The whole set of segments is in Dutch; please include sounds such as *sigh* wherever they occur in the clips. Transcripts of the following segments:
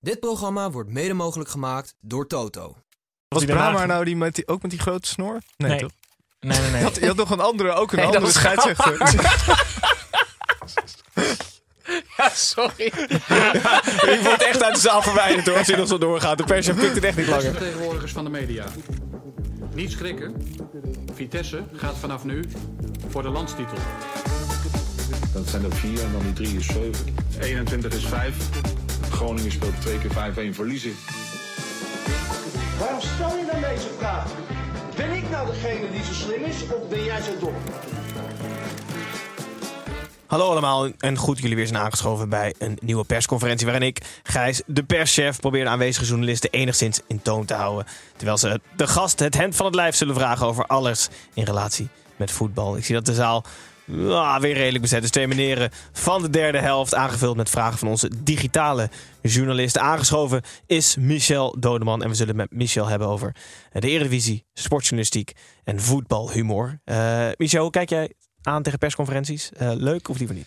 Dit programma wordt mede mogelijk gemaakt door Toto. Was Die daarna- Brahma nou die met die, ook met die grote snor? Nee, Nee. toch? Nee, *laughs* nee, nee. Je had, je had nog een andere, ook een Nee, dat andere was scheidsrechter. *laughs* Ja, sorry. Ik word echt uit de zaal verwijderd hoor, als dit nog zo doorgaat. De pers pikt het echt niet langer. Vertegenwoordigers van de media. Niet schrikken. Vitesse gaat vanaf nu voor de landstitel. Dat zijn er vier en dan die drie is zeven. 21 is vijf. Groningen speelt twee keer 5-1 verliezen. Waarom stel je dan deze vraag? Ben ik nou degene die zo slim is of ben jij zo dom? Hallo allemaal en goed dat jullie weer zijn aangeschoven bij een nieuwe persconferentie. Waarin ik, Gijs, de perschef, probeer de aanwezige journalisten enigszins in toon te houden. Terwijl ze de gast het hemd van het lijf zullen vragen over alles in relatie met voetbal. Ik zie dat de zaal ah, weer redelijk bezet is. Twee meneren van de derde helft, aangevuld met vragen van onze digitale journalisten. Aangeschoven is Michel Dodeman en we zullen het met Michel hebben over de Eredivisie, sportjournalistiek en voetbalhumor. Eh, Michel, hoe kijk jij aan tegen persconferenties. Eh, leuk of liever niet?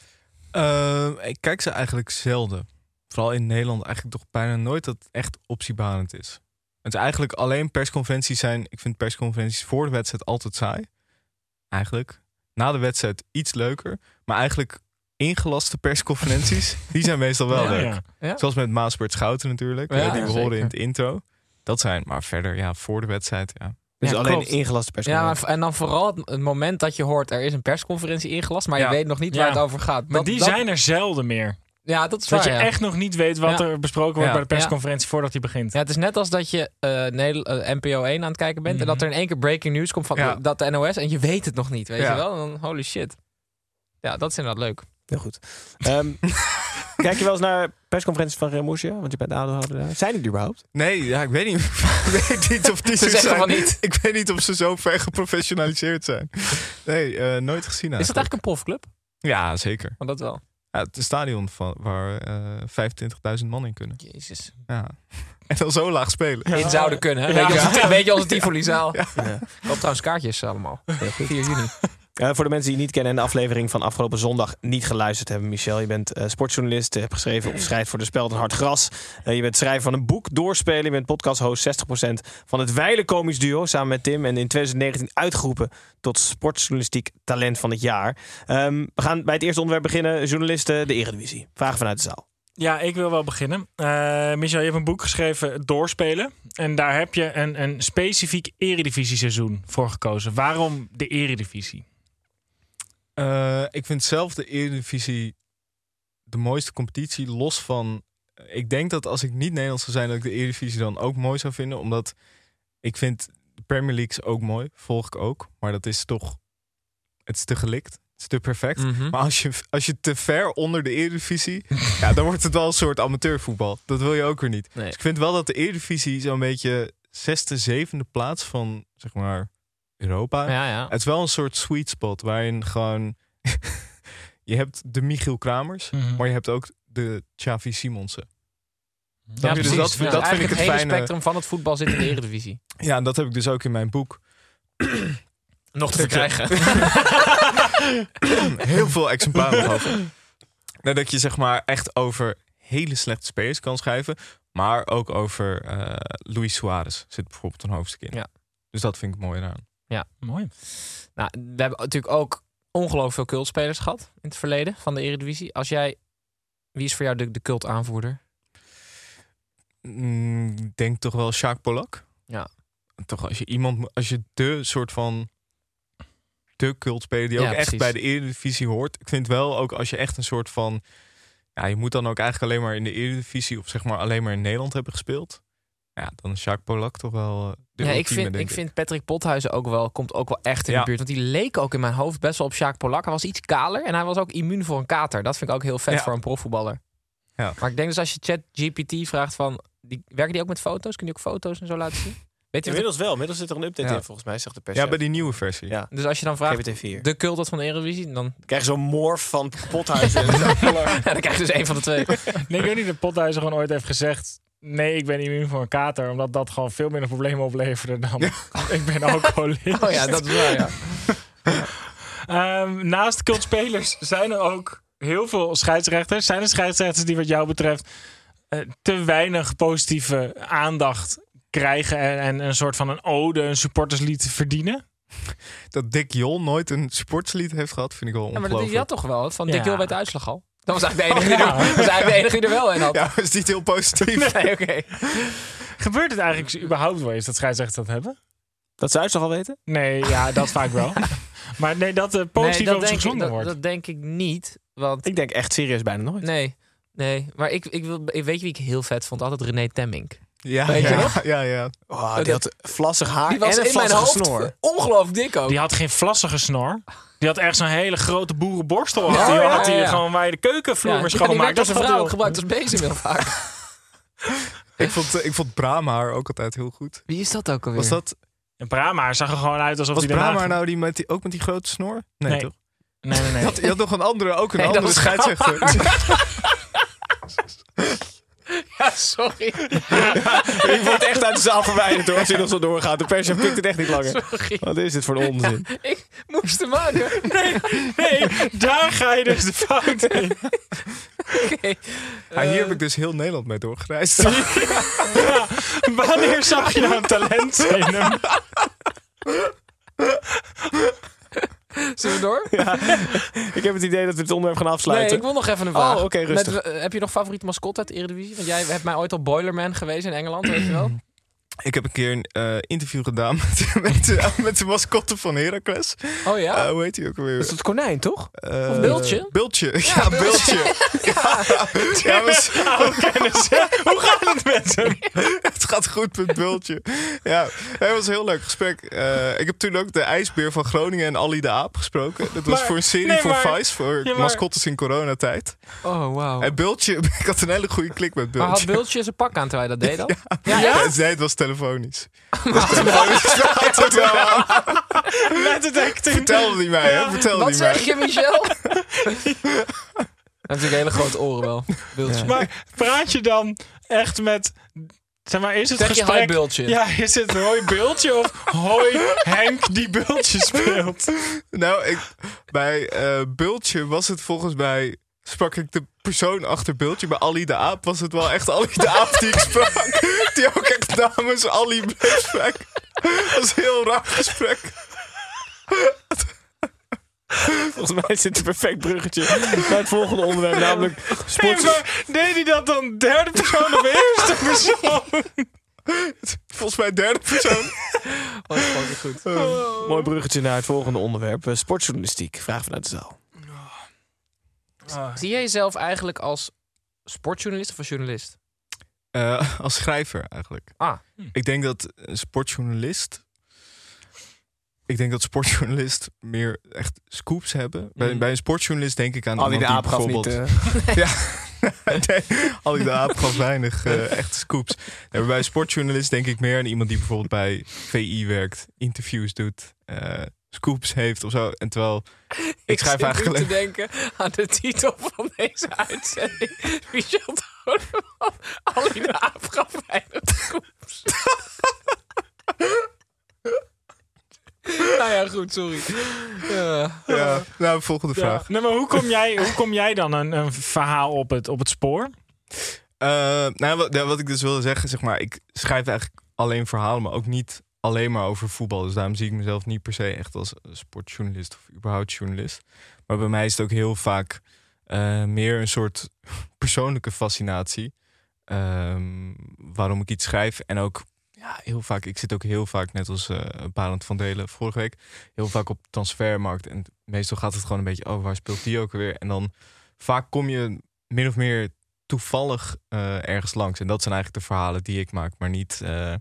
Ehm, ik kijk ze eigenlijk zelden. Vooral in Nederland eigenlijk toch bijna nooit dat het echt optiebanend is. Het is eigenlijk alleen persconferenties zijn... Ik vind persconferenties voor de wedstrijd altijd saai. Eigenlijk. Na de wedstrijd iets leuker. Maar eigenlijk ingelaste *laughs* persconferenties, die zijn meestal wel Ja, leuk. ja. Ja. Zoals met Maasbert Schouten natuurlijk. Ja, eh, die we ja, horen zeker. in het intro. Dat zijn, maar verder ja, voor de wedstrijd ja. Dus Ja, alleen klopt. ingelaste Ja, maar, persconferentie. v- en dan vooral het, het moment dat je hoort er is een persconferentie ingelast, maar Ja. je weet nog niet Ja. waar het over gaat. Maar Dat- die dat- zijn er zelden meer. Ja, dat is Dat waar, je ja. echt nog niet weet wat Ja. er besproken wordt Ja. bij de persconferentie voordat die begint. Ja, het is net als dat je eh, Nederla- eh, NPO 1 aan het kijken bent en dat er in één keer breaking news komt van Mhm. Ja. eh, dat de NOS en je weet het nog niet, weet Ja. je wel? En dan, holy shit. Ja, dat is inderdaad leuk. Heel goed. *laughs* Ehm, kijk je wel eens naar persconferenties van Real Murcia? Want je bent aandeelhouder daar. Zijn die er überhaupt? Nee, ja, ik weet niet. *laughs* ik weet niet of die Ze zo zeggen zijn. van niet. Ik weet niet of ze zo ver geprofessionaliseerd zijn. Nee, eh, nooit gezien Is dat eigenlijk. eigenlijk een profclub? Ja, zeker. Want dat wel. Ja, het is een stadion van, waar eh 25.000 man in kunnen. Jezus. Ja. *laughs* En dan zo laag spelen. In zouden kunnen. hè? Weet, je, als het- weet je als het Tivoli-zaal. Ja. trouwens kaartjes allemaal. 4 juni. Eh, voor de mensen die het niet kennen en de aflevering van afgelopen zondag niet geluisterd hebben, Michel. Je bent eh, sportjournalist, eh, hebt geschreven of schrijft voor de Speld en Hard Gras. Eh, je bent schrijver van een boek, Doorspelen. Je bent podcasthost 60% van het Weile Komisch Duo samen met Tim. En in 2019 uitgeroepen tot Sportjournalistiek Talent van het Jaar. Ehm, we gaan bij het eerste onderwerp beginnen. Journalisten, de Eredivisie. Vragen vanuit de zaal. Ja, ik wil wel beginnen. Eh, Michel, je hebt een boek geschreven, Doorspelen. En daar heb je een, een specifiek eredivisie-seizoen voor gekozen. Waarom de eredivisie? Eh, ik vind zelf de Eredivisie de mooiste competitie. Los van... Ik denk dat als ik niet Nederlands zou zijn, dat ik de Eredivisie dan ook mooi zou vinden. Omdat ik vind de Premier League ook mooi. Volg ik ook. Maar dat is toch... Het is te gelikt. Het is te perfect. Mhm. Maar als je, als je te ver onder de Eredivisie... *laughs* ja, dan wordt het wel een soort amateurvoetbal. Dat wil je ook weer niet. Nee. Dus ik vind wel dat de Eredivisie zo'n beetje zesde, zevende plaats van, zeg maar, Europa. Ja, ja. Het is wel een soort sweet spot waarin gewoon... *laughs* je hebt de Michiel Kramers, Mhm. maar je hebt ook de Xavi Simonsen. Ja, je? Dus precies. dat- dat vind Eigenlijk ik het hele fijne. spectrum van het voetbal zit in de Eredivisie. Ja, en dat heb ik dus ook in mijn boek. Nog te Dat- verkrijgen. *laughs* Heel veel exemplaren gehad. Nou, dat je zeg maar echt over hele slechte spelers kan schrijven. Maar ook over eh, Luis Suarez zit bijvoorbeeld een hoofdstuk in. Ja. Dus dat vind ik mooi eraan. Mooi. Nou, we hebben natuurlijk ook ongelooflijk veel cultspelers gehad in het verleden van de Eredivisie. Als jij, wie is voor jou de, de cult aanvoerder? Mm, Ik denk toch wel Jacques Polak. Ja. Toch als je iemand, moet- als je de soort van de cultspeler die Ja, ook echt precies. bij de Eredivisie hoort. Ik vind wel ook als je echt een soort van, ja, je moet dan ook eigenlijk alleen maar in de Eredivisie of zeg maar alleen maar in Nederland hebben gespeeld. Ja, dan is Jacques Polak toch wel eh, de ja, ik ultieme, vind, denk ik vind Patrick Pothuizen ook wel, komt ook wel echt in Ja. de buurt. Want die leek ook in mijn hoofd best wel op Sjaak Polak. Hij was iets kaler en hij was ook immuun voor een kater. Dat vind ik ook heel vet Ja. voor een profvoetballer. Maar ik denk dus als je ChatGPT vraagt van... Die, werken die ook met foto's? Kun je ook foto's en zo laten zien? Weet je wat- Inmiddels wel. Inmiddels zit er een update Ja. in, volgens mij, zegt de pers. Ja, bij die nieuwe versie. Ja. Dus als je dan vraagt... GPT-4. De cultot van de Eredivisie, dan, Krijg je zo'n morf van *laughs* Pothuizen. ja, dan krijg je dus één van de twee. Nee, ik weet niet dat Pothuizen gewoon ooit heeft gezegd... Nee, ik ben immuun voor een kater. Omdat dat gewoon veel minder problemen opleverde dan... *laughs* ik ben alcoholist. *laughs* Oh ja, dat is waar, ja. *laughs* Ehm, naast cultspelers zijn er ook heel veel scheidsrechters. Zijn er scheidsrechters die wat jou betreft eh, te weinig positieve aandacht krijgen... En, en een soort van een ode, een supporterslied verdienen? *laughs* Dat Dick Jol nooit een sportslied heeft gehad, vind ik wel Ja, maar ongelooflijk. dat, die had toch wel wat van Ja. Oh, Dick Jol bij de uitslag al? Dat was *laughs* eigenlijk de enige, die, er, was eigenlijk de enige die er wel in had. Ja, dat is niet heel positief. *laughs* Nee, oké. Gebeurt het eigenlijk überhaupt wel eens dat scheidsrechters dat hebben? dat zou je toch al weten? Nee, ja, dat vaak *laughs* wel. Maar nee, dat eh, *laughs* positief nee, dat over ze denk ik, gezongen dat, wordt. dat denk ik niet, want... Ik denk echt serieus bijna nooit. Nee, nee. Maar ik, ik wil, ik- weet je wie ik heel vet vond? Altijd René Temmink. Ja, Weet je ja, nog? ja, ja. Oh, die had vlassig haar Die was en een in mijn vlassige hoofd snor. ongelooflijk dik ook. Die had geen vlassige snor. Die had echt zo'n hele grote boerenborstel. Ja, had hij, ja, had hij ja, ja. gewoon waar je de keukenvloer Ja, mee die- die schoonmaakt. werd Dat door zijn had hij vrouw wel. ook gebruikt als bezem heel vaak. Ik vond, eh, ik vond Brahma ook altijd heel goed. Wie is dat ook alweer? Was dat En Brahma zag er gewoon uit alsof was hij daarna... Brahma nou die met die, ook met die grote snor? Nee, Nee. toch? Nee, nee, nee. Dat, je had nog een andere, ook een Nee, dat andere was scheidsrechter. *laughs* *laughs* Ja, sorry. Ik word echt uit de zaal verwijderd hoor, als dit nog zo doorgaat. De pers pikt het echt niet langer. Sorry. Wat is dit voor een onzin? Ik moest hem aan. hoor. Nee, daar ga je dus de fout in. *laughs* Oké. Ja, Eh. hier heb ik dus heel Nederland mee doorgereisd. *laughs* Ja, wanneer zag je nou een *laughs* talent in hem? Zullen we door? Ik heb het idee dat we dit onderwerp gaan Nee, afsluiten. ik wil nog even een vraag. Oh, oké, rustig. Met- eh, heb je nog favoriete mascotte uit de Eredivisie? Want jij hebt mij ooit al Boilerman geweest in Engeland, weet je wel? *clears throat* ik heb een keer een eh, interview gedaan *laughs* met, met, de- met de mascotte van Heracles. Oh ja? Eh, hoe heet die ook alweer? Dat is het konijn, toch? Eh, of Bultje? Bultje, ja, Bultje. ja, ja, maar Hoe gaat het met hem? *laughs* het gaat goed met Bultje. Ja, het was een heel leuk gesprek. Eh, ik heb toen ook de ijsbeer van Groningen en Ali de Aap gesproken. Dat was Maar- voor een serie nee, voor maar- Vice, voor maar- mascottes in coronatijd. Oh, wauw. En Bultje, *laughs* ik had een hele goede klik met Maar Bultje. had Bultje zijn pak aan terwijl hij dat deed dan? Ja, Ja? Nee, het was telefonisch. Het was telefonisch. Dat had ik wel aan. Met het acting. Vertelde hij mij, hè? Vertelde Wat hij mij. zeg je, *laughs* Michel? Hij heeft natuurlijk hele grote oren wel. Bultje. Maar praat je dan echt met... Zeg maar, is het Zeg je gesprek... hi, Bultje? Ja, is het hoi Bultje of hoi Henk die Bultje *laughs* speelt? Nou, ik, bij eh, Bultje was het volgens mij. Sprak ik de persoon achter Bultje. Bij Ali de Aap was het wel echt Ali de Aap die ik sprak. Die ook echt namens Ali bleef spreken. Dat was een heel raar gesprek. Volgens mij zit een perfect bruggetje bij het volgende onderwerp, namelijk Nee, sports. maar deed hij dat dan derde persoon of eerste persoon? Volgens mij derde persoon. Oh, fucking goed. Mooi bruggetje naar het volgende onderwerp, eh, sportjournalistiek. Vraag vanuit de zaal. Zie jij jezelf eigenlijk als sportjournalist of als journalist? Eh, *laughs* als schrijver eigenlijk. Ah. Ik denk dat een sportjournalist. Ik denk dat sportjournalist meer echt scoops hebben. Bij, Mm. bij een sportjournalist denk ik aan Ali de iemand Aap die gaf niet... bijvoorbeeld. *laughs* nee, Ali de Aap gaf weinig eh, echte scoops. Nee, maar bij een sportjournalist denk ik meer aan iemand die bijvoorbeeld bij VI werkt, interviews doet, eh, scoops heeft of zo. En terwijl ik schrijf zit nu eigenlijk te denken aan de titel van deze uitzending. Michel Doneman, Ali de Aap gaf weinig scoops. *laughs* nou ja, goed, sorry. *laughs* Ja. Ja, nou, volgende Ja. vraag. Nee, maar hoe kom jij, hoe kom jij dan een, een verhaal op het, op het spoor? Eh, nou, wat, nou, wat ik dus wilde zeggen, zeg maar, ik schrijf eigenlijk alleen verhalen, maar ook niet alleen maar over voetbal. Dus daarom zie ik mezelf niet per se echt als eh, sportjournalist of überhaupt journalist. Maar bij mij is het ook heel vaak eh, meer een soort *laughs* persoonlijke fascinatie. ehm, waarom ik iets schrijf. En ook ja, heel vaak, ik zit ook heel vaak, net als eh Barend van Delen vorige week, heel vaak op transfermarkt. En meestal gaat het gewoon een beetje, oh, waar speelt die ook weer? En dan vaak kom je min of meer toevallig eh, ergens langs. En dat zijn eigenlijk de verhalen die ik maak, maar niet, eh,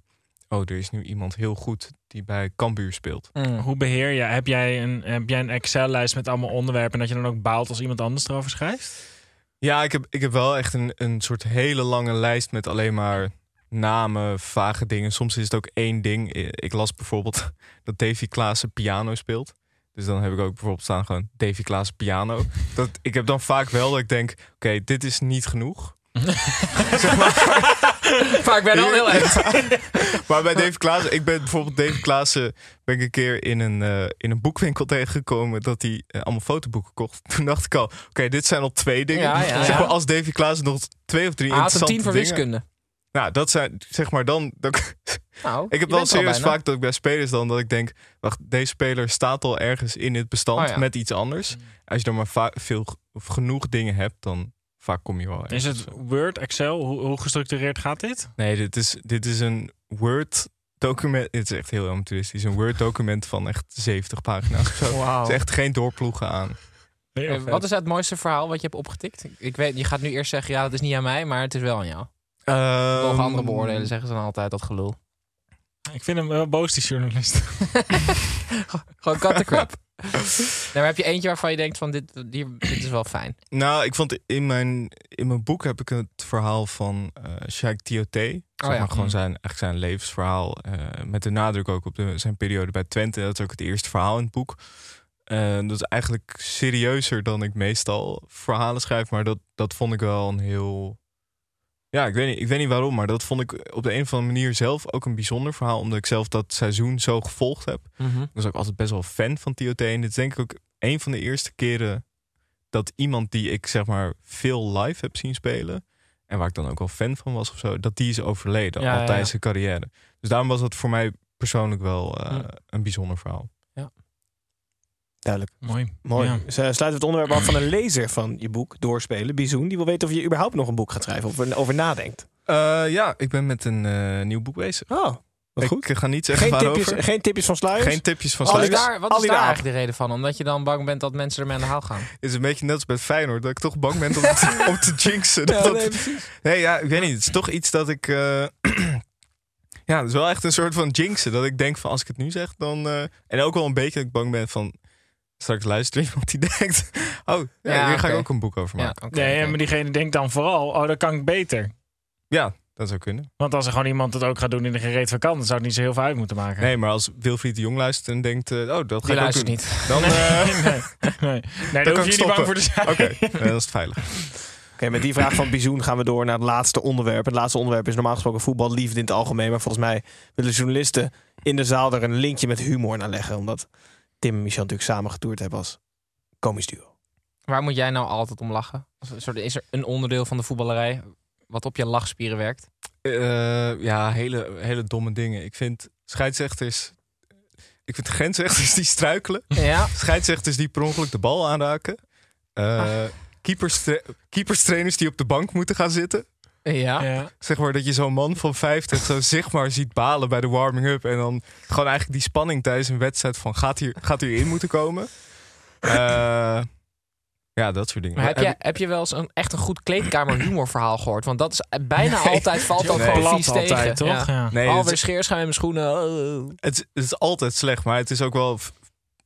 oh, er is nu iemand heel goed die bij Cambuur speelt. Hoe beheer je? Heb jij een, heb jij een Excel-lijst met allemaal onderwerpen en dat je dan ook baalt als iemand anders erover schrijft? Ja, ik heb, ik heb wel echt een, een soort hele lange lijst met alleen maar namen, vage dingen. Soms is het ook één ding. I- Ik las bijvoorbeeld *laughs* dat Davy Klaassen piano speelt. Dus dan heb ik ook bijvoorbeeld staan gewoon Davy Klaassen piano. Dat, ik heb dan vaak wel dat ik denk, oké, dit is niet genoeg. Vaak ben ik al heel erg. Maar bij Davy Klaassen, ik ben bijvoorbeeld Davy Klaassen... ben ik een keer in een, eh, in een boekwinkel tegengekomen... dat hij eh, allemaal fotoboeken kocht. *laughs* Toen dacht ik al, oké, dit zijn al twee dingen. Ja, ja, Zeg ja. maar, als Davy Klaassen nog twee of drie Hij had een interessante 10 voor dingen... wiskunde. Nou, dat zijn, zeg maar dan... dan- Nou, ik heb je wel bent er al serieus bijna. vaak dat ik bij spelers dan... dat ik denk, wacht, deze speler staat al ergens in het bestand Oh ja. met iets anders. Als je dan maar va- veel of genoeg dingen hebt, dan vaak kom je wel ergens. Is het Word, Excel? Hoe, hoe gestructureerd gaat dit? Nee, dit is, dit is een Word document. Dit is echt heel amateuristisch. Een Word document van echt 70 pagina's of zo. Wauw. Het is echt geen doorploegen aan. Heel Eh, vet. Wat is het mooiste verhaal wat je hebt opgetikt? Ik- Ik weet, je gaat nu eerst zeggen, ja, dat is niet aan mij, maar het is wel aan jou. Mogen Nog anderen beoordelen, zeggen ze dan altijd, dat gelul. Ik vind hem wel boos, die journalist. Gewoon cut the *laughs* crap. nee, maar heb je eentje waarvan je denkt van, dit, hier, dit is wel fijn. Nou, ik vond in mijn, in mijn boek heb ik het verhaal van eh Shaik Tioté. Zeg ja. maar gewoon Mm. zijn, eigenlijk zijn levensverhaal. eh, met de nadruk ook op de, zijn periode bij Twente. Dat is ook het eerste verhaal in het boek. Eh, dat is eigenlijk serieuzer dan ik meestal verhalen schrijf. Maar dat, dat vond ik wel een heel... Ja, ik weet, niet, ik weet niet waarom, maar dat vond ik op de een of andere manier zelf ook een bijzonder verhaal. Omdat ik zelf dat seizoen zo gevolgd heb. Mhm. Ik was ook altijd best wel fan van TOT. En dit is denk ik ook een van de eerste keren dat iemand die ik zeg maar veel live heb zien spelen. En waar ik dan ook wel fan van was of zo. Dat die is overleden Ja, al ja, tijdens ja. zijn carrière. Dus daarom was dat voor mij persoonlijk wel eh, Hm. een bijzonder verhaal. Duidelijk. Mooi. Mooi. Ja. Dus, eh, sluiten we het onderwerp af van een lezer van je boek doorspelen, Bizoen. Die wil weten of je überhaupt nog een boek gaat schrijven of er over nadenkt. Eh, ja, ik ben met een eh, nieuw boek bezig. Oh, wat ik goed. ga niet zeggen Geen waarover. tipjes, Oh, geen tipjes van sluiers? Geen tipjes van Wat is Sluis. daar, wat al is die daar namen. eigenlijk de reden van? Omdat je dan bang bent dat mensen ermee aan de haal gaan. is een beetje net als bij Feyenoord. Dat ik toch bang ben om, te- *laughs* om te jinxen. Dat, Ja, dat- nee, nee, precies. ja, ik weet niet. Het is toch iets dat ik... eh, *clears throat* ja, het is wel echt een soort van jinxen. Dat ik denk van als ik het nu zeg, dan... eh, en ook wel een beetje dat ik bang ben van... Straks luistert er iemand die *laughs* denkt... Oh, ja, Ja, hier ga ik oké. ook een boek over Ja, maken. oké, Nee, oké. maar diegene denkt dan vooral, oh, dat kan ik beter. Ja. dat zou kunnen. Want als er gewoon iemand het ook gaat doen in de gereed van kan, dan zou het niet zo heel veel uit moeten maken. Nee, maar als Wilfried de Jong luistert en denkt... eh, oh, dat ga Die ik ook doen. luistert niet. *laughs* Dan, eh, *laughs* nee, nee. nee. nee dan daar kan hoef ik je niet stoppen. bang voor te zijn. *laughs* Oké, nee, dan is het veilig. Oké, met die vraag van Bizoen gaan we door naar het laatste onderwerp. Het laatste onderwerp is normaal gesproken voetballiefde in het algemeen. Maar volgens mij willen journalisten in de zaal er een linkje met humor naar leggen. Omdat Tim en Michel natuurlijk samen getoerd hebben als komisch duo. Waar moet jij nou altijd om lachen? Als een soort- Is er een onderdeel van de voetballerij wat op je lachspieren werkt? Eh, ja, hele, hele domme dingen. Ik vind scheidsrechters... Ik vind grensrechters die struikelen. Ja, Scheidsrechters die per ongeluk de bal aanraken. Eh, keeperstra- keeperstrainers die op de bank moeten gaan zitten. ja. Ja. Zeg maar dat je zo'n man van 50 zo zeg maar ziet balen bij de warming-up. En dan gewoon eigenlijk die spanning tijdens een wedstrijd van gaat hier, gaat hier in moeten komen. Eh, ja, dat soort dingen. Maar heb, Heb je, heb je wel eens een, echt een goed kleedkamer humorverhaal gehoord? Want dat is eh, bijna Nee. altijd valt dat Nee. gewoon Plat vies altijd, tegen. toch? Ja. Ja. Nee, het, Alweer is, scheerschuim in mijn schoenen. Oh. het, is, het is altijd slecht, maar het is ook wel... f-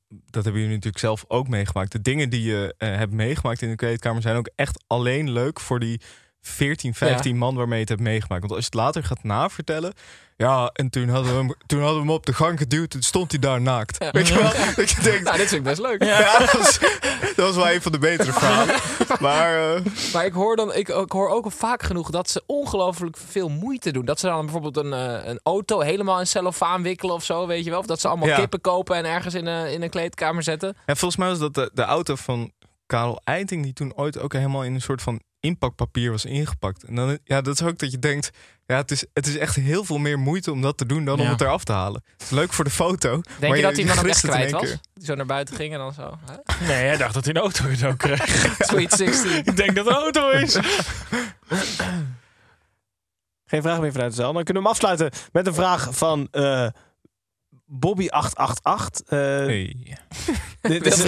Dat hebben jullie natuurlijk zelf ook meegemaakt. De dingen die je eh, hebt meegemaakt in de kleedkamer zijn ook echt alleen leuk voor die 14, 15 man waarmee je het hebt meegemaakt. Want als je het later gaat navertellen. Ja, en toen hadden we hem, toen hadden we hem op de gang geduwd. Toen stond hij daar naakt. Weet je wel? Dat je denkt. Nou, dit vind ik best leuk. Ja, dat was, dat was wel een van de betere verhalen. Maar eh, Maar ik hoor, dan, ik, ik hoor ook vaak genoeg dat ze ongelooflijk veel moeite doen. Dat ze dan bijvoorbeeld een, eh, een auto helemaal in cellofaan wikkelen of zo, weet je wel. Of dat ze allemaal Ja. kippen kopen en ergens in een, in een kleedkamer zetten. en volgens mij was dat de, de auto van Karel Eiting. Die toen ooit ook helemaal in een soort van inpakpapier was ingepakt. En dan, ja, dat is ook dat je denkt. Ja, het is, het is echt heel veel meer moeite om dat te doen dan om Ja. het eraf te halen. Het is leuk voor de foto. maar Denk je, dat hij hem dan ook vergist echt het in één kwijt was? keer. Dat hij zo naar buiten ging en dan zo. *laughs* hè? Nee, hij dacht dat hij een auto in ook kreeg. Sweet 16. Ik denk dat het een auto is. Geen vraag meer vanuit de zaal. Dan kunnen we hem afsluiten met een vraag van eh, Bobby888. Eh, Nee, *laughs* dit is-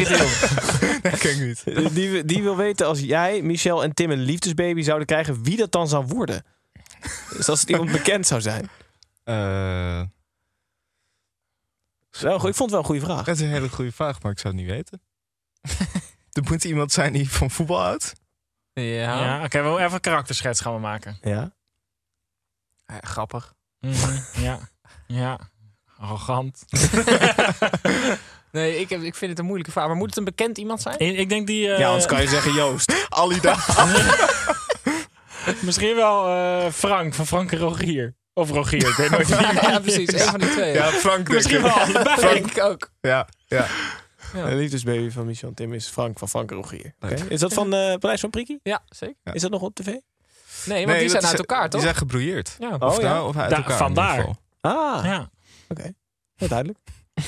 dat ken ik niet. *laughs* die, die wil weten als jij, Michel en Tim een liefdesbaby zouden krijgen, wie dat dan zou worden. Dus als het *laughs* iemand bekend zou zijn. Eh, Wel, ik vond het wel een goede vraag. dat is een *laughs* hele goede vraag, maar ik zou het niet weten. er moet iemand zijn die van voetbal houdt. Ja. Ja, oké, we moeten even een karakterschets gaan we maken. Ja. Ja, grappig. Mhm, ja. Ja. Arrogant. Nee, ik, heb, ik vind het een moeilijke vraag. Maar moet het een bekend *laughs* iemand zijn? Ik, ik denk die... eh, ja, anders kan je zeggen *laughs* Joost. Alida. Misschien wel eh, Frank van Frank en Rogier. Of Rogier, ik weet nooit wie. *laughs* ja, precies. Een van die twee. Ja, Frank. Misschien wel allebei. denk ik ook. Ja, ja. dus De liefdesbaby van Michel en Tim is Frank van Frank en Rogier. Oké. Is dat van eh Paleis van Prikkie? Ja, zeker. Is dat nog op tv? Nee, Nee, want die dat zijn is- uit elkaar, Die toch? zijn gebroeierd. Ja. Oh, Of ja. nou, of uit Da- elkaar. vandaar. In ieder geval. Ah, Ja. ja, duidelijk.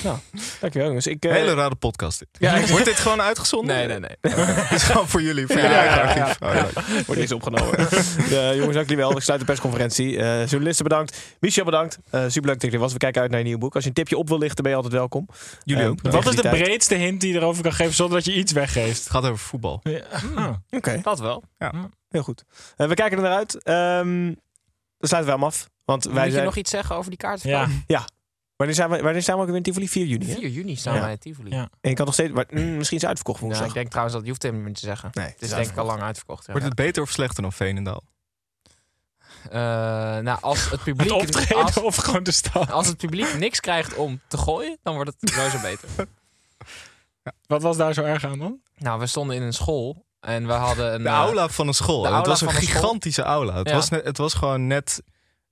nou, dankjewel jongens. Ik, eh, Hele rare podcast dit. Ja, ik- *laughs* Wordt dit gewoon uitgezonden? Nee, nee, nee. Het *laughs* is gewoon voor jullie. Voor jullie eigen archief. Oh, leuk. Wordt niks *laughs* opgenomen. Eh, jongens, dank jullie wel. Ik sluit de persconferentie. Eh, journalisten bedankt. Michel bedankt. Eh superleuk dat je er was. We kijken uit naar je nieuw boek. Als je een tipje op wil lichten, ben je altijd welkom. Jullie Eh, ook. tegen Wat is die de tijd. breedste hint die je erover kan geven zonder dat je iets weggeeft? Ah. Het gaat over voetbal. Ja. Oké, Dat wel. heel goed. Eh, we kijken er naar uit. Ehm, dan sluiten we hem af. Want wij Moet je zijn... nog iets zeggen over die kaart? Ja. Wanneer zijn we, wanneer zijn we ook weer in Tivoli? 4 juni, hè? 4 juni staan Ja. wij in Tivoli. Ja. En ik kan nog steeds... Maar, mm, misschien is het uitverkocht Nou, woensdag. ik denk trouwens dat je hoeft het helemaal niet te zeggen. Nee, Het is denk ik al lang uitverkocht. ja. Wordt het beter of slechter dan Veenendaal? Eh, nou, als het *laughs* Het publiek, optreden als, of gewoon de stad? als het publiek niks krijgt om te gooien, dan wordt het sowieso *laughs* beter. Wat was daar zo erg aan dan? Nou, we stonden in een school en we hadden een... De eh, aula van een school. de het aula was een van een school. gigantische aula. Het, Ja. was net, het was gewoon net...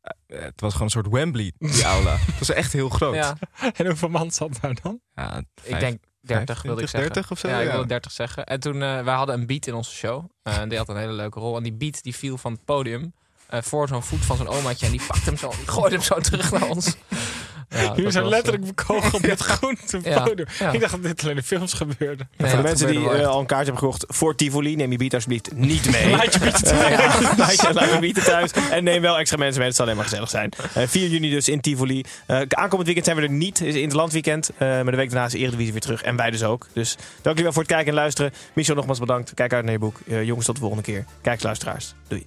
eh, Het was gewoon een soort Wembley, *laughs* die aula. Het was echt heel groot. ja, En hoeveel man zat daar dan? Ja, ik vijf- denk 30 vijf- wilde ik 20, zeggen. 30 of zo, Ja, ik ja. wilde 30 zeggen. En toen, eh wij hadden een beat in onze show. Eh, en die had een hele leuke rol. En die beat die viel van het podium eh, voor zo'n voet van zo'n omaatje. En die pakte hem zo, die gooide hem zo terug naar ons. Ja, Jullie dat zijn was, eh, letterlijk *laughs* bekogeld met groente Ja. powder. Ja. Ik dacht dat dit alleen in films gebeurde. eh, nee, voor de dat mensen die gebeurde wel eh, echt. al een kaart hebben gekocht voor Tivoli, neem je biet alsjeblieft niet mee. *laughs* Laat je bieten Eh, thuis. Laat je, laat je bieten thuis. En neem wel extra mensen mee. Het zal alleen maar gezellig zijn. Eh, 4 juni dus in Tivoli. Eh, aankomend weekend zijn we er niet. Het is interlandweekend. Eh maar de week daarna is de Eredivisie weer terug. En wij dus ook. Dus dank jullie wel voor het kijken en luisteren. Michel, nogmaals bedankt. Kijk uit naar je boek. Eh, jongens, tot de volgende keer. Kijks, luisteraars. Doei.